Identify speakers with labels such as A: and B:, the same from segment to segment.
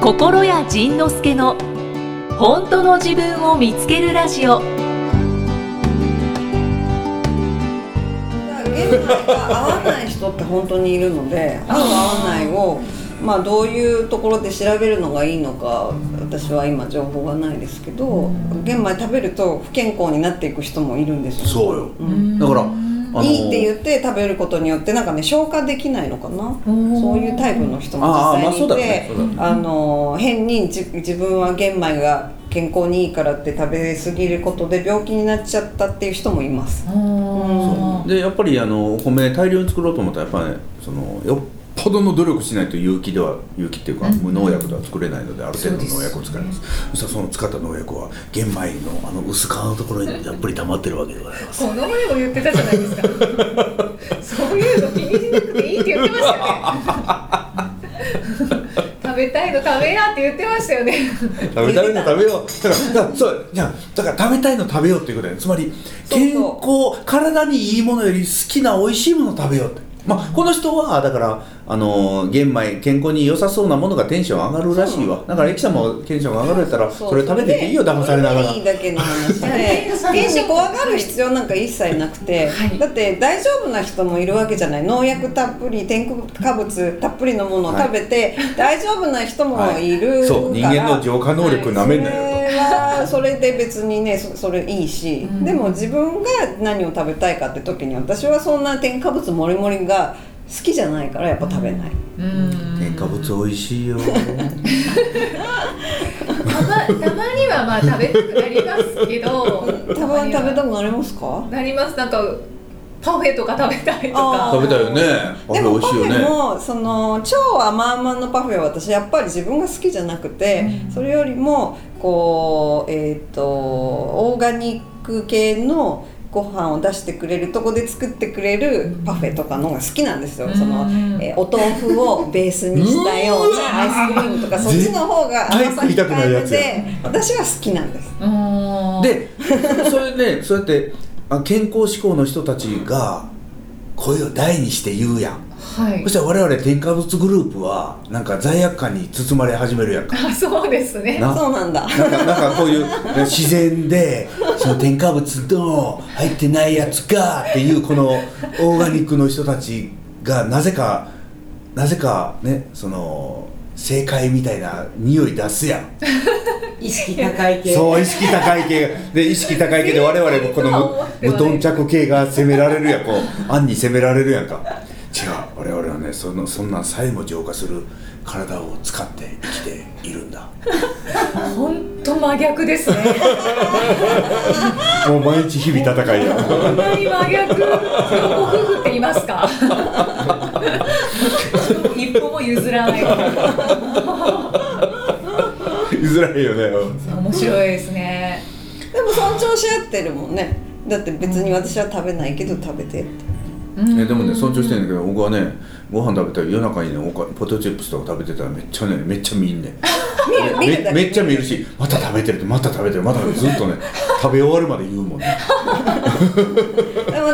A: 心谷仁之助の本当の自分を見つけるラジオ
B: だから現在は合わない人って本当にいるので合う合わないをまあどういうところで調べるのがいいのか私は今情報がないですけど玄米食べると不健康になっていく人もいるんですよ
C: そうよ
B: ん
C: だからあの
B: いいって言って食べることによってなんかね消化できないのかなそういうタイプの人も
C: ああ
B: 実際
C: まあ
B: に
C: そう
B: い
C: だね
B: て
C: そうだね
B: あの変にじ自分は玄米が健康にいいからって食べ過ぎることで病気になっちゃったっていう人もいます
C: そうでやっぱりあのお米大量に作ろうと思ったらやっぱねそのよっぽどの努力しないと有機では有機っていうか、無農薬では作れないのである程度の農薬を使いますそしたらその使った農薬は玄米のあの薄皮のところにたっぷり溜まってるわけでございます
D: この前も言ってたじゃない ですかそういうの気にしなくていいって言ってましたよね食べたいの食べやって言ってましたよね
C: 食べたいの食べようだからだからそういやだから食べたいの食べようっていうことやねつまり
B: そうそう
C: 健康体にいいものより好きな美味しいもの食べようってまあこの人はだからあのー玄米健康に良さそうなものがテンション上がるらしいわだからエキさんもテンション上がれたらそれ食べてていいよ騙されながら
B: いいだけの話 で原子怖がる必要なんか一切なくて、だって大丈夫な人もいるわけじゃない農薬たっぷり添加物たっぷりのものを食べて、大丈夫な人もいるから、
C: はいそう人間の浄化能力なめんなよと、
B: それはそれで別にねそそれいいし、でも自分が何を食べたいかって時に私はそんな添加物もりもりが好きじゃないからやっぱ食べない、
C: 添加物美味しいよ
D: たまたまにはまあ食べたくなりますけど
B: たまに食べた
D: く
B: くなりますか
D: なりますなんかパフェとか食べたい と
B: あー
D: か
C: 食べたいよねあ
B: で
C: れ
B: も
C: 美
B: パ
C: 味し
B: フ
C: いよね
B: ェもその超甘々のパフェは私やっぱり自分が好きじゃなくて、それよりもこうえっ、とオーガニック系のご飯を出してくれるとこで作ってくれるパフェとかのが好きなんですよ、
D: うん
B: その、えーお豆腐をベースにしたようなアイスクリームとかそっちの方が甘さ
C: 絶対食いたくないや
B: 控えめ
C: つや
B: で私は好きなんです
D: うーん
C: でそれで、そうやってあ健康志向の人たちが声を大にして言うやん
D: はい
C: そしたら我々添加物グループはなんか罪悪感に包まれ始めるやんか
D: あそうですね
C: な
B: そうなんだ
C: なんかなんかこういうね自然でその添加物の入ってないやつがっていうこのオーガニックの人たちがなぜかなぜかねその正解みたいな匂い出すやん
E: 意識高い系
C: そう意識高い系がで意識高い系で我々もこの無無頓着系が責められるやんこう暗に責められるやんか違う我々はねそのそんなんさえも浄化する体を使って生きているんだ
D: 本当真逆ですね
C: もう毎日日々 戦いやん
D: こんなに真 逆ご夫婦っています か一歩も譲らない
C: 譲らへんよね
D: 面白いですね
B: でも尊重し合ってるもんねだって別に私は食べないけど食べてって
C: えでもね尊重してんだけど僕はねご飯食べたら夜中にねおかポテトチップスとか食べてたらめっちゃねめっちゃ見んねん
B: 見るだ
C: め
B: け
C: めっちゃ見るしまた食べてるまた食べてるまた食べてるずっとね食べ終わるまで言うもんね
B: でも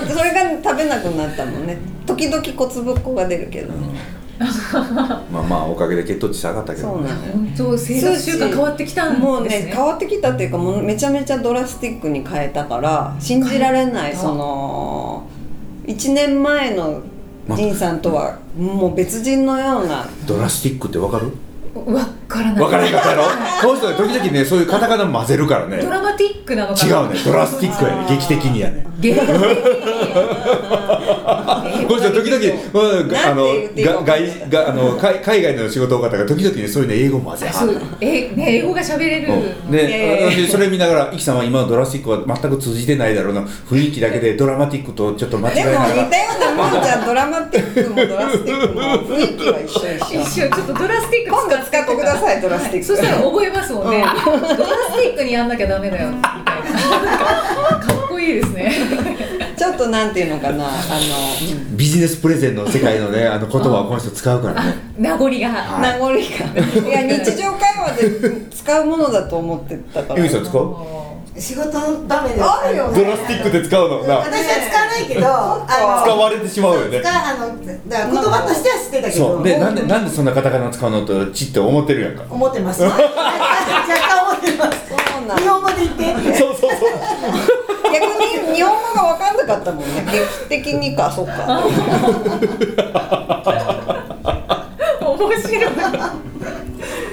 B: それが食べなくなったもんね時々小粒っこが出るけど、
C: まあまあおかげで血糖値下がったけど
B: そうなの
D: 本当生活習慣変わってきたんですね
B: もうね変わってきたっていうかもうめちゃめちゃドラスティックに変えたから信じられない
D: 変えた
B: その1年前の仁さんとはもう別人のような
C: ドラスティックってわかる
D: わからない
C: わからへんかった やろこの人ね時々ねそういうカタカナ混ぜるからね
D: ドラマティックなのか
C: 違
D: な
C: うねドラスティックやね劇的にやね
D: 芸人
C: この人時々うんあの
B: なんて言っていいか
C: が外があの海海外の仕事多かったから時々ねそういうね英語混ぜは
D: そ
C: んねん
D: うえ、ね、英語が喋れる、
C: うん
B: え
C: で
B: え
C: 私それ見ながら「イキさんは今のドラスティックは全く通じてないだろうな雰囲気だけでドラマティックとちょっと間違
B: で
C: え
B: も似
C: なが
B: た
C: ら
B: ようなもんじゃんドラマティックもドラスティックも雰囲気は一緒一緒
D: 一瞬ちょっとドラスティック
B: 今度使ってくださいドラスティック
D: そしたら覚えますもんね、ドラスティックにやんなきゃダメだよみたいなかっこいいですね
B: ちょっとなんていうのかなあ
C: ビジネスプレゼンの世界のねあの言葉をこの人使うからね
D: 名残が
B: の名残がいや日常会話で使うものだと思ってたか
C: ゆ
B: ら
C: きさん使う
E: 仕事の場面で
B: あるよね
E: 使
C: ド
E: う
C: ラスティックで使うのな
E: 私は使わないけど、
B: 使
E: あ
C: 使われてしまうよね
E: 使あのだから言葉としては知ってたけ
C: そ
E: ど
C: うでなんでなんでそんなカタカナ使うのとちって思ってるやんか
E: 思っ てます若干思ってます
B: そうなん
E: 日本語で言ってって
C: そうそうそう
B: 逆に日本語が分かんなかったもんね劇的にかそっか
D: 面白い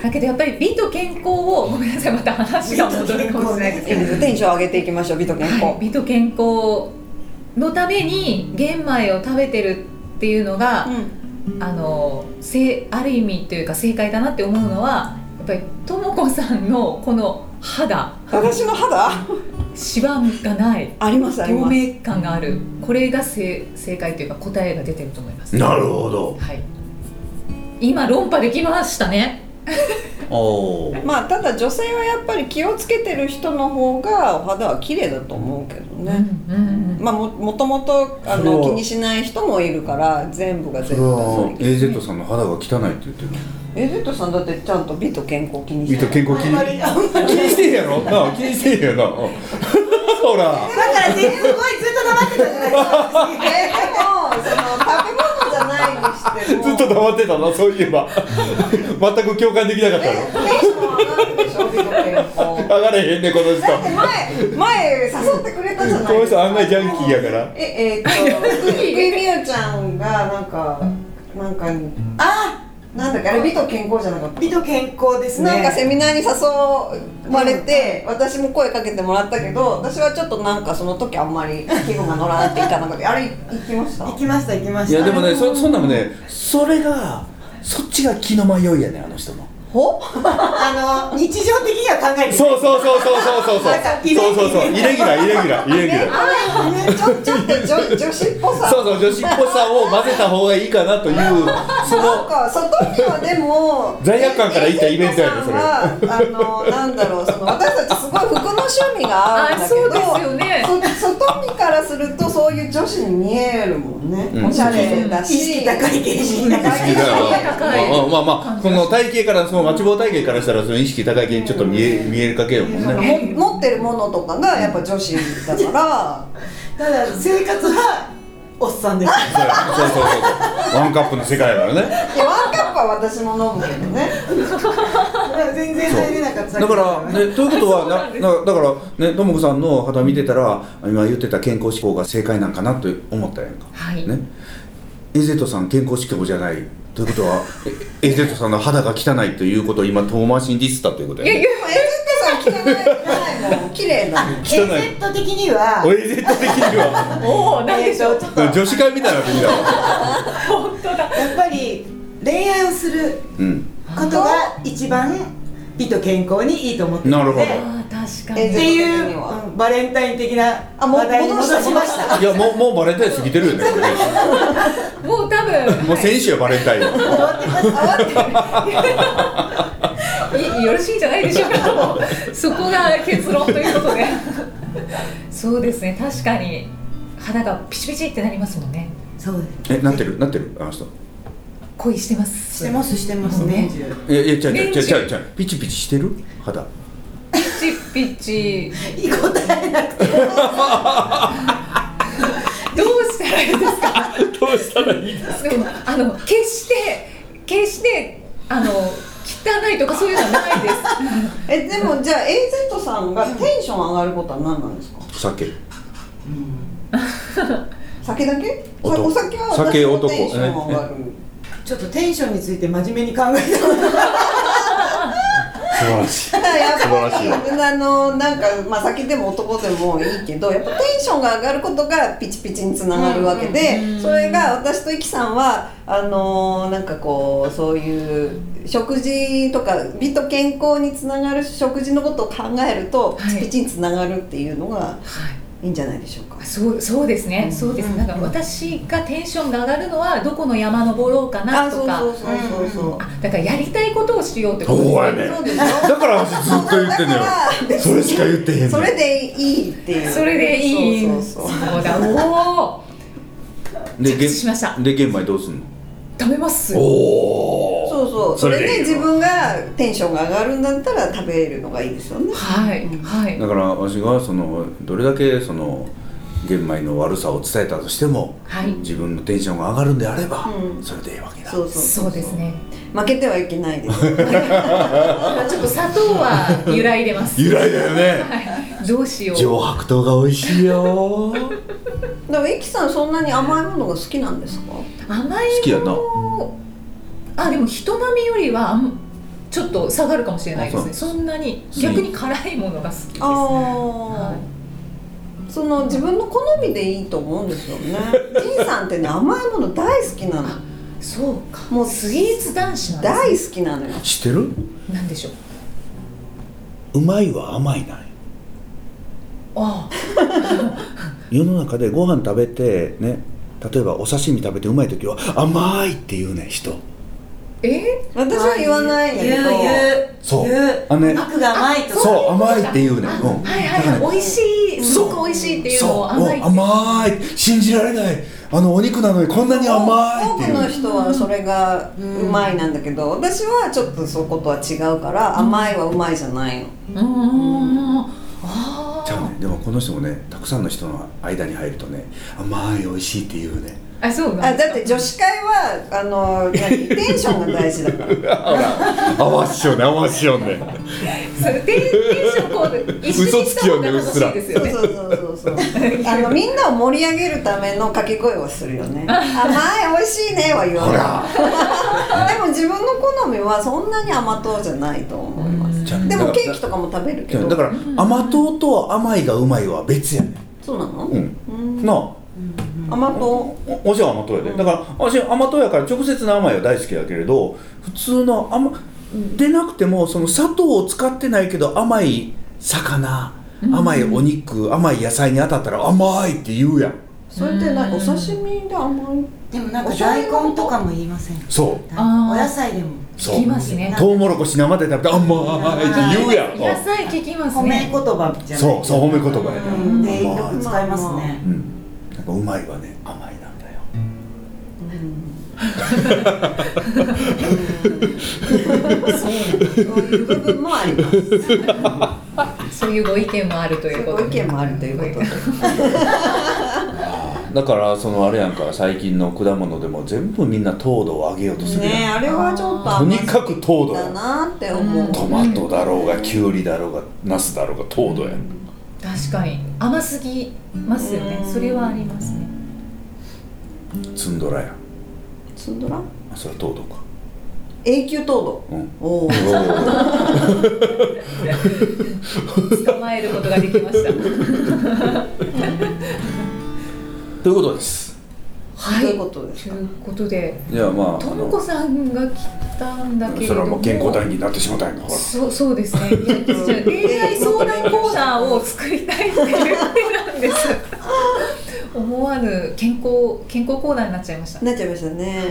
D: だけどやっぱり美と健康をごめんなさいまた話が戻るかもしれないですけど
B: テンション上げていきましょう美と健康、
D: はい、美と健康のために玄米を食べてるっていうのが、
B: うん
D: あのせある意味というか正解だなって思うのはやっぱりともこさんのこの肌
B: 私の肌
D: シワがない
B: ありますあり
D: 透
B: ます
D: 明感があるこれが正正解というか答えが出てると思い ます、
C: なるほど
D: はい、今論破できましたね
C: おー
B: まあただ女性はやっぱり気をつけてる人の方がお肌は綺麗だと思うけどね、
D: うんうんうん
B: まあももともとあ
C: それ
B: の
C: は
B: 気にしない人もいるから全部が
C: そ
B: 全
C: れ
B: 部
C: は
B: それ
C: AZ さんの肌が汚いって言ってる
B: エジットさんだってちゃんと美と健康気にし
C: 見
B: て
C: た
B: る
C: 健康気
E: あんまり
C: に
E: あんまり
C: 気にしてへんやろなあ気にしてへんやろなうんほら
E: だから全然すごいずっと黙ってたじゃないですか
B: えでもその食べ物じゃないにしても
C: ずっと黙ってたなそういえば全く共感できなかったの
B: テンション上がるでしょ美と健康
C: 上がれへんねこの人
B: だって前前誘ってくれたじゃな
C: こ
B: い
C: の
B: です
C: 人
B: か
C: 案外ジャンキーやから
B: ええー、っと福井美優ちゃんがなんかなんか
E: あ
B: なんだっけあれ美と健康じゃなかった
E: 美と健康ですね
B: なんかセミナーに誘われて、私も声かけてもらったけど私はちょっとなんかその時あんまり気分が乗らなくていかなくてあれ行きました
E: 行きました行きまし
C: い
E: た
C: やでもねそそんなもねそれがそっちが気の迷いやねあの人の
B: ほ
E: あの日常的には考えてない
C: そうそうそうそうそうそうそう
E: なんかイレギュラ
C: そうそう
E: ー
C: そうイレギュラーイレギュラーイレギュラー
B: ちょちょっと女女子っぽさ
C: そうそう女子っぽさを混ぜた方がいいかなというそ
B: なん
C: の
B: か外にはでも
C: 罪悪感から行ったイベントやねそ
B: エイジさん
C: れ
B: はあのなんだろうその私たちすごい服の趣味が合うんだけど
D: あそうですよね
B: そ外見からするとそういう女子に見えるもんね、
C: うん
B: おしゃれだし
E: 意識高い意識
C: 意
E: 高い
C: 識
D: 高い
C: まあまあまあこの体型からその待ち望体型からしたらその意識高い系にちょっと見え見えるかけよもんね
B: も持ってるものとかがやっぱ女子だから
E: ただ生活はおっさんです
C: そうそうそうそうワンカップの世界だからね
B: いやワンカップは私も飲むけどね
E: 全然入れなかった
C: だから、ね、ということはななだからねともこさんの肌見てたら今言ってた健康志向が正解なんかなと思ったやんか
D: はい、
C: ね、AZ さん健康志向じゃないということはえ AZ さんの肌が汚いということを今遠回しにディスったということや、ね、
B: でもエリットさん汚いないもん綺麗なの
C: 汚い
E: AZ 的には
C: AZ 的には
D: おお何でしょ
E: え
D: う
E: ーとちょっと
C: 女子会みたいな時だわ
E: やっぱり恋愛をする
C: うん
E: ことが一番美と健康にいいと思ってる
C: なる
E: の
C: ほ
E: で
C: ど
D: あー確か
E: っ
B: え
D: に
E: てい
B: 全
E: う
B: 国的には
E: うんバレンタイン的な
B: あもう
E: 話題に戻
B: 戻し
E: しました
C: いやもうもうバレンタイン過ぎてるよねこれね
D: もう多分
C: もう先週はバレンタインよ
D: いよろしいんじゃないでしょうか そこが結論ということでそうですね確かに肌がピチピチってなりますもんね
E: そうです
C: えなってるなってるあの人
D: 恋してます
E: してますしてます ね
C: いやいや違う違う
D: 年中
C: 違う違う違うピチピチしてる肌
D: ピチピチ
E: いい答えなくて
D: どうしたらいいですか
C: どうしたらいいです
D: でもあの決して決してあの汚いとかそういうのはないです
B: えでもじゃあ AZ さんがテンション上がることは何なんですか
C: 酒
B: 酒だけお
C: 男
B: お酒は
C: 酒
B: 私のテ
C: 男
B: ンション上がる
E: ちょっとテンションについて真面目に考えてます
C: 素晴らしい
B: ただ やっぱ
C: 素晴ら
B: りあのなんか、まあ、酒でも男でもいいけどやっぱテンションが上がることがピチピチにつながるわけで、それが私とイキさんはあのなんかこうそういう食事とか美と健康につながる食事のことを考えると、
D: はい
B: ピチピチにつながるっていうのがいいんじゃないでしょうか。
D: そうそうですね、そうですなんか私がテンションが上がるのはどこの山登ろうかな
B: あそ
D: と
B: う
D: か
B: そうそうそうそう。
D: あだからやりたいことをしようってことです
C: そうや
D: ね
C: ね
B: そうですよ
C: だから私ずっと言ってんのよそれしか言ってへん
B: そ
C: の
B: れでいいっていう
D: それでいい
B: そうそうそう
D: そうだおお
C: で
D: 着地しました
C: げんで玄米どうすんの
D: 食べます
C: おお
B: そうそう
C: そ
B: そ
C: れ
B: れ
C: でいい
B: で
C: よ
B: 自分がテンションが上がるんだったら食べるのがいいですよね
D: はい
B: うん
D: はい
C: だから私がそのどれだけその玄米の悪さを伝えたとしても
D: はい
C: 自分のテンションが上がるんであれば、
B: うん
C: それでいいわけだ
B: そうそう
D: そうですね
B: 負けてはいけない です
D: あちょっと砂糖は揺らいでます
C: 由来だよね
D: はいどうしよう
C: 上白糖が美味しいよ好
B: でもイキさんそんなに甘いものが好きなんですか
D: 甘い
C: きやな
D: あでも人並みよりはあんちょっと下がるかもしれないですね
C: あ
D: そ
C: そ
D: んなに
C: そう
D: 逆に辛いものが好きですね
B: ああ、その自分の好みでいいと思うんですよ ねじいさんってね甘いもの大好きなの
D: そうかも
B: も
D: う
B: う
D: スイーツ男子なん
B: 大
D: で
B: 好きなのよ
C: 知ってる
D: すなんでしょう
C: うまいは甘いない
D: あ
C: 世の中でご飯食べてね例えばお刺身食べてうまい時は甘いって言うね人
D: え
B: 私は言わないんだけど
E: 言う言う
C: そう
E: 言う
C: あね
E: 悪が甘いとか
C: そう
D: あ
C: 甘いって言うね
D: あ
C: うん
D: はい
C: だから
D: はい美味しいすごく美味しいっていうのを甘いって
C: そう甘い信じられないあのお肉なのにこんなに甘いっ
B: 多
C: て
B: くの
C: いう
B: 人はそれがうまいなんだけど、私はちょっとそことは違うから甘いはうまいじゃないの、
D: うんうんうんあ
C: ちゃうねでもこの人もねたくさんの人の間に入るとね甘い美味しいって言うね
D: ああそうな
B: あ
D: んです
B: だって女子会はあ の何テンションが大事だから
C: あわっしょねあわっしょね
D: それテンテンションこう一緒にした方が楽しいです
B: そ
D: よ
B: う
D: ね
B: そうそうそうそ うあのみんなを盛り上げるための掛け声をするよね甘い美味しいねは言わ
C: ほ
B: な
C: ら
B: い でも自分の好みはそんなに甘党じゃないと思います
C: ちゃうね
B: でも
C: だから
B: ケーキとかも食べるけ
C: だ
B: ど
C: だから甘党と甘いがうまいは別やね
B: そうなの、
C: うん
B: うん
C: なあ
B: 甘党
C: おおしは甘党やで、だからおしは甘党やから直接の甘いは大好きやけれど普通の甘でなくてもその砂糖を使ってないけど甘い魚甘いお肉甘い野菜に当たったら甘いって言うやん
B: それって何お刺身で甘い
E: でもなんか大根とかも言いませんか
C: そ
D: あー
E: お野菜でも
C: そう
D: 聞きますね
C: トウモロコシ生で食べて甘いって言うやん
D: 野菜聞きます
E: 褒め言
D: ね
E: 葉じゃない
C: そうそう褒め言葉やね
E: うんでよく使いますね
C: うんなんかうまいはね甘いなんだよ
B: そういう部分もあります。
D: そういうご意見もあると
B: そう
D: い
B: いうう
D: こ
B: ご
D: と
B: 意見もあるということで。
C: だからそのあれやんか最近の果物でも全部みんな糖度を上げようとするやん、
B: ねえ、あれはちょっと
C: と
B: 甘
C: に
B: す
C: かく糖
B: ぎ
C: 度
B: だ
C: や
B: なって思う。
C: トマトだろうがきゅうりだろうがナスだろうが糖度やん
D: 確かに甘すぎますよね
B: うん
D: それはありますね
C: ツンドラやん
B: ツンドラ？
C: あそれは糖度か
B: 永久糖
C: うん
B: 度。おお。
C: おー
D: 捕まえることができました
C: ということです
D: はい
B: ということです
D: ということで
C: いやまああ
D: ともこさんが来たんだけれ
C: そ
D: ど
C: れは
D: も
C: もう健康談義になってしまったんやんかほら
D: そうそうですねいやじゃあ恋愛相談コーナーを作りたいって言ってたんです 思わぬ健康健康コーナーになっちゃいました
B: なっちゃいましたね。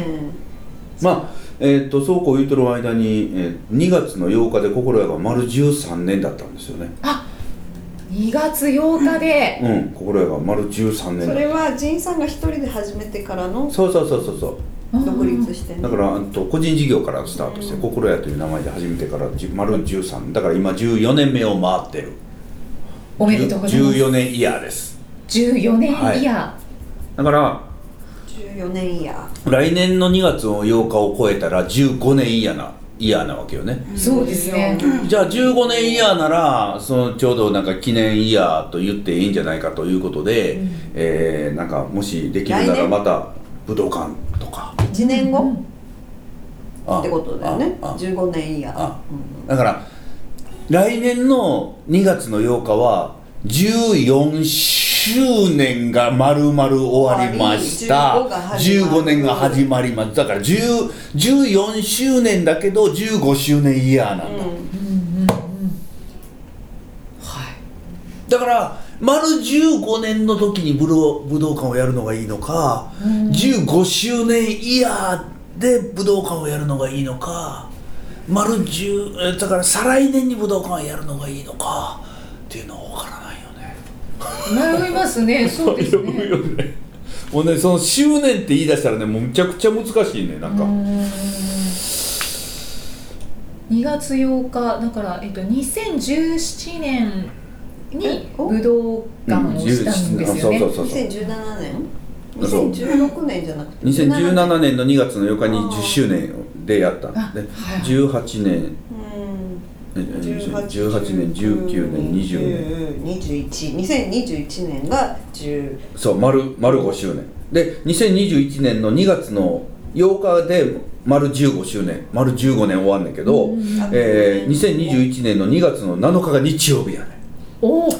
C: まあえー、とそうこう言うてる間に、えー2月の8日で心屋が丸13年だったんですよね
D: 2月8日で
C: うん心屋が丸13年
B: そ
C: だ
B: れは仁さんが一人で始めてからの
C: そうそうそうそうそう
B: 独立してね
C: だ。からあと個人事業からスタートして心屋という名前で始めてからじゅ丸13だから今14年目を回ってる
D: おめでとうございます
C: 14年イヤーです
D: 14年イヤ
C: だから
B: 14年イヤ
C: 来年の2月の8日を超えたら15年イヤーなイヤーなわけよね
D: ー、そうですね
C: じゃあ15年イヤーならそのちょうどなんか記念イヤーと言っていいんじゃないかということで、えーなんかもしできるな
B: 来
C: ら
B: 年
C: また武道館とか
B: ー。1年後
C: あ
B: ってことだよね。
C: ああ
B: 15年イヤー
C: あ。だから来年の2月の8日は14周年が丸々終わりました
B: 終わり15
C: 15年が始まりますだから10 14周年だけど15周年イヤーなんだ、
B: うん
C: だから丸15年の時に武道武道館をやるのがいいのか、15周年イヤーで武道館をやるのがいいのか丸10えだから再来年に武道館をやるのがいいのかっていうのは分からないよね。
D: 迷います ねそうですね
C: よ ねもうねその周年って言い出したらねもうむちゃくちゃ難しいねなんか。
D: 2月8日だから、えっと、2017年に
B: えお
D: 武道館をしたんですよね。
C: そうそうそうそう
B: 2017年
C: そう
B: 2016年じゃなくて
C: 2017年の2月の8日に10周年でやったんで
D: あ
C: 18年
B: うん
C: え18年19年20年
B: 年212021年が10
C: そう丸丸5周年で2021年の2月の8日で丸15周年丸15年終わんねんけど、えー、2021年の2月の7日が日曜日やねん
D: おお
C: 前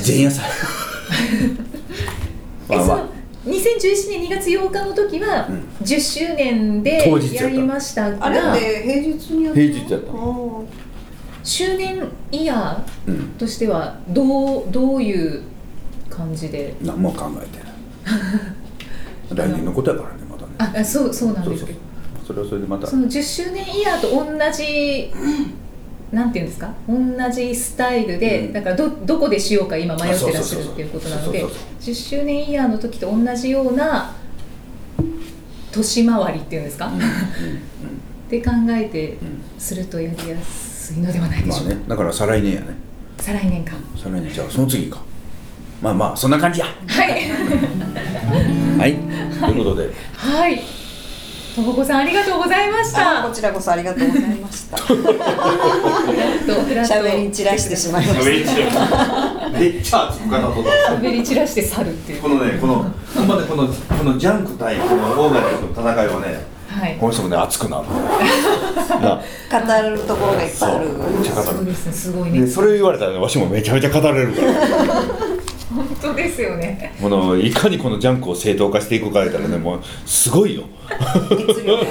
C: 夜祭
D: え
C: まあ
D: そ
C: ま
D: の2017年2月8日の時は
C: うん
D: 10周年
C: 当
D: で
C: 日や
D: や
C: った
D: りました
B: あ
D: か
B: れ
D: ら、
B: って平日にやっ
C: あ
B: たの
C: 平日やった
B: あ
C: の
B: ー
D: 周年イヤ
C: うん
D: ーとしてはどうどういう感じで
C: 何も考えてない来年のことやからねまだね
D: ああそうそうなん
C: そう
D: です
C: そう
D: け
C: そう
D: ど
C: それはそれでまた
D: その10周年イヤーと同じなんていうんですか同じスタイルで、
C: うん
D: だからどどこでしようか今迷ってらっしゃ
C: あそうそうそうそう
D: るっていうことなので
C: そうそうそ
D: 10周年イヤーの時と同じような年回りっていうんですか、
C: うん
D: っ
C: う
D: て考えて
C: んうん
D: するとやりやすいのではないで
C: ま
D: し
C: あ
D: ょうか、
C: ねだから再来年やね
D: 再来年か
C: 再来年じゃあその次かまあまあそんな感じや
D: はい
C: はいということで
D: はいともこさんありがとうございました
B: あこちらこそありがとうございました
D: し
B: 喋り散らしてしまいました
C: めっちゃ熱く語っとった
D: 喋り散らして去るっていう
C: このねこのほんまでこのこのジャンク対このオーガニックの戦いはね
D: はい
C: この人もね熱くなるな
B: 語るところがいっぱいある
C: そうめっちゃ語
D: そう
C: る
D: ですねすごい
C: で
D: ね
C: それ言われたらねわしもめちゃめちゃ語れるから
D: 本当ですよね
C: このいかにこのジャンクを正当化していくか言ったらねもうすごいよ
B: 熱量があ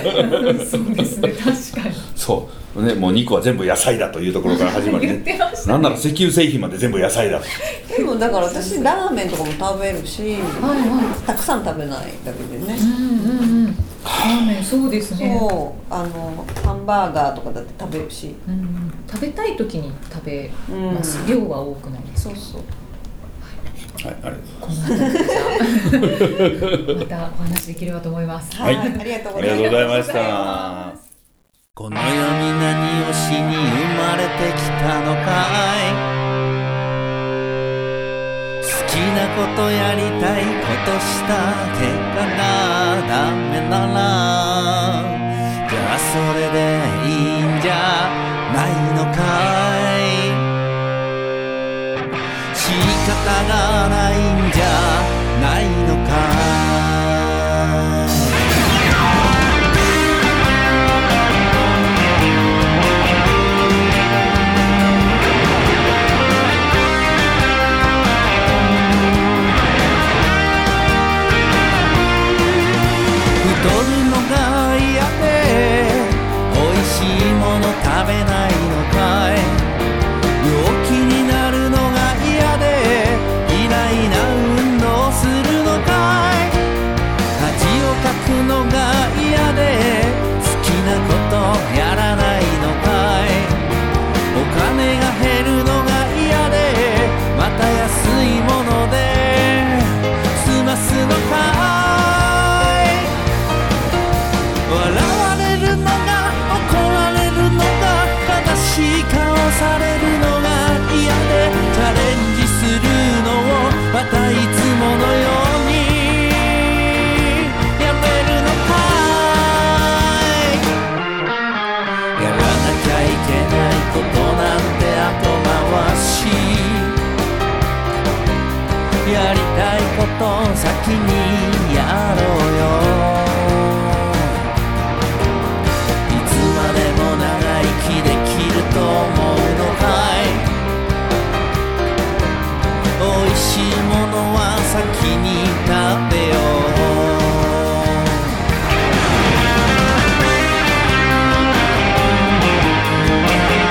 B: る
D: そうですね、確かに。
C: そうねもう肉は全部野菜だというところから始まり
D: 言っ
C: ね
D: てました。
C: なんなら石油製品まで全部野菜だ
B: でもだから私ラーメンとかも食べるし
D: はいは
B: たくさん食べないだけでね
D: い。うんうんうん。ラーメン、そうですね。
B: そうあのハンバーガーとかだって食べるし
D: うんうん、食べたい時に食べ
B: うん
D: ます。量は多くないです。
B: そうそう
C: はいあれ
D: この後 でじゃあまたお話できればと思います。
C: はい
B: ありがとう
C: あ
B: ございます
C: りがとうございまし
D: ありがとうござい
C: た
F: この世に何をしに生まれてきたのかい好きなことやりたいことした結果がダメならじゃあそれでいいんじゃないのかい仕方がないんじゃないのかい太るのが嫌で美味しいもの食べないのかい病気になるのが嫌で嫌いな運動するのかい恥をかくのが嫌で好きなことやらないのかいお金が減るのが嫌でまた安いもので済ますのかい笑われるのが怒られるのが悲しい顔されるのが嫌でチャレンジするのをまたいつものようにやめるのかいやらなきゃいけないことなんて後回しやりたいこと先にやろうよいつまでも長生きできると思うのかい美味しいものは先に食べよう
C: はい、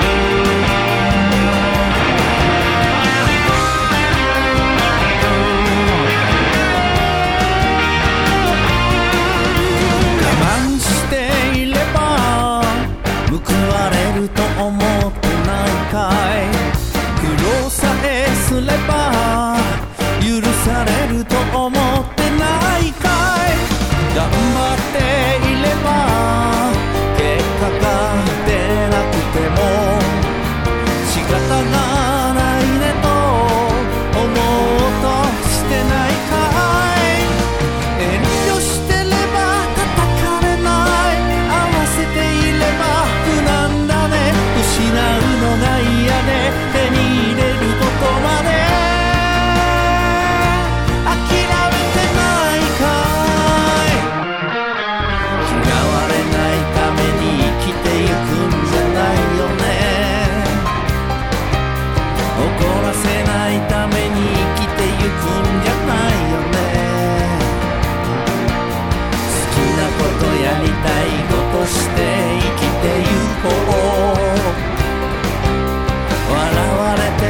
F: ても大丈夫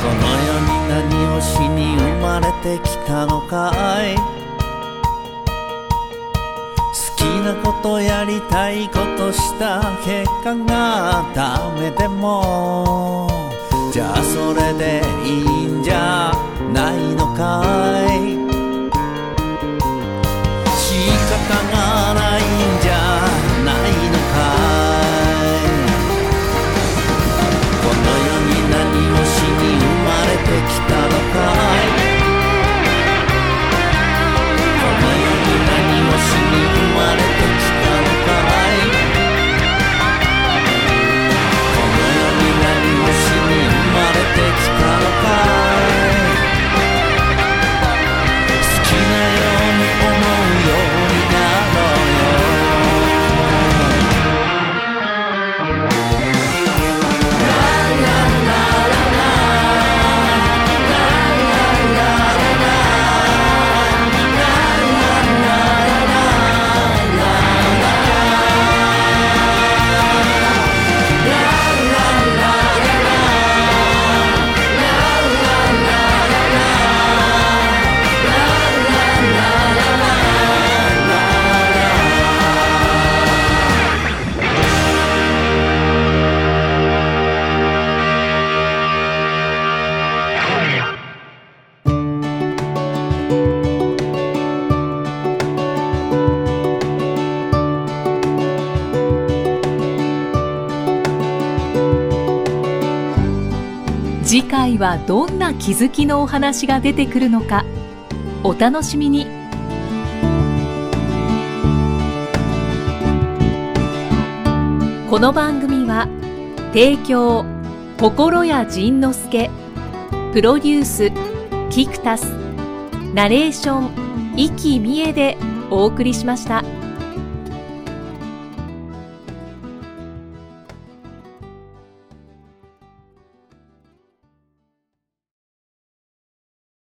F: この世に何をしに生まれてきたのかい好きなことやりたいことした結果がダメでもじゃあそれでいいんじゃないのかい仕方がないんじゃないのかいこの世に何をしに生まれてきたのかいこの世に何をしに生まれてきたのかいこの世に何をしに生まれてきたのかい好きなように思うようになろうよ
A: 次回はどんな気づきのお話が出てくるのかお楽しみにこの番組は提供心谷仁之助プロデュースキクタスナレーション生きみえでお送りしました。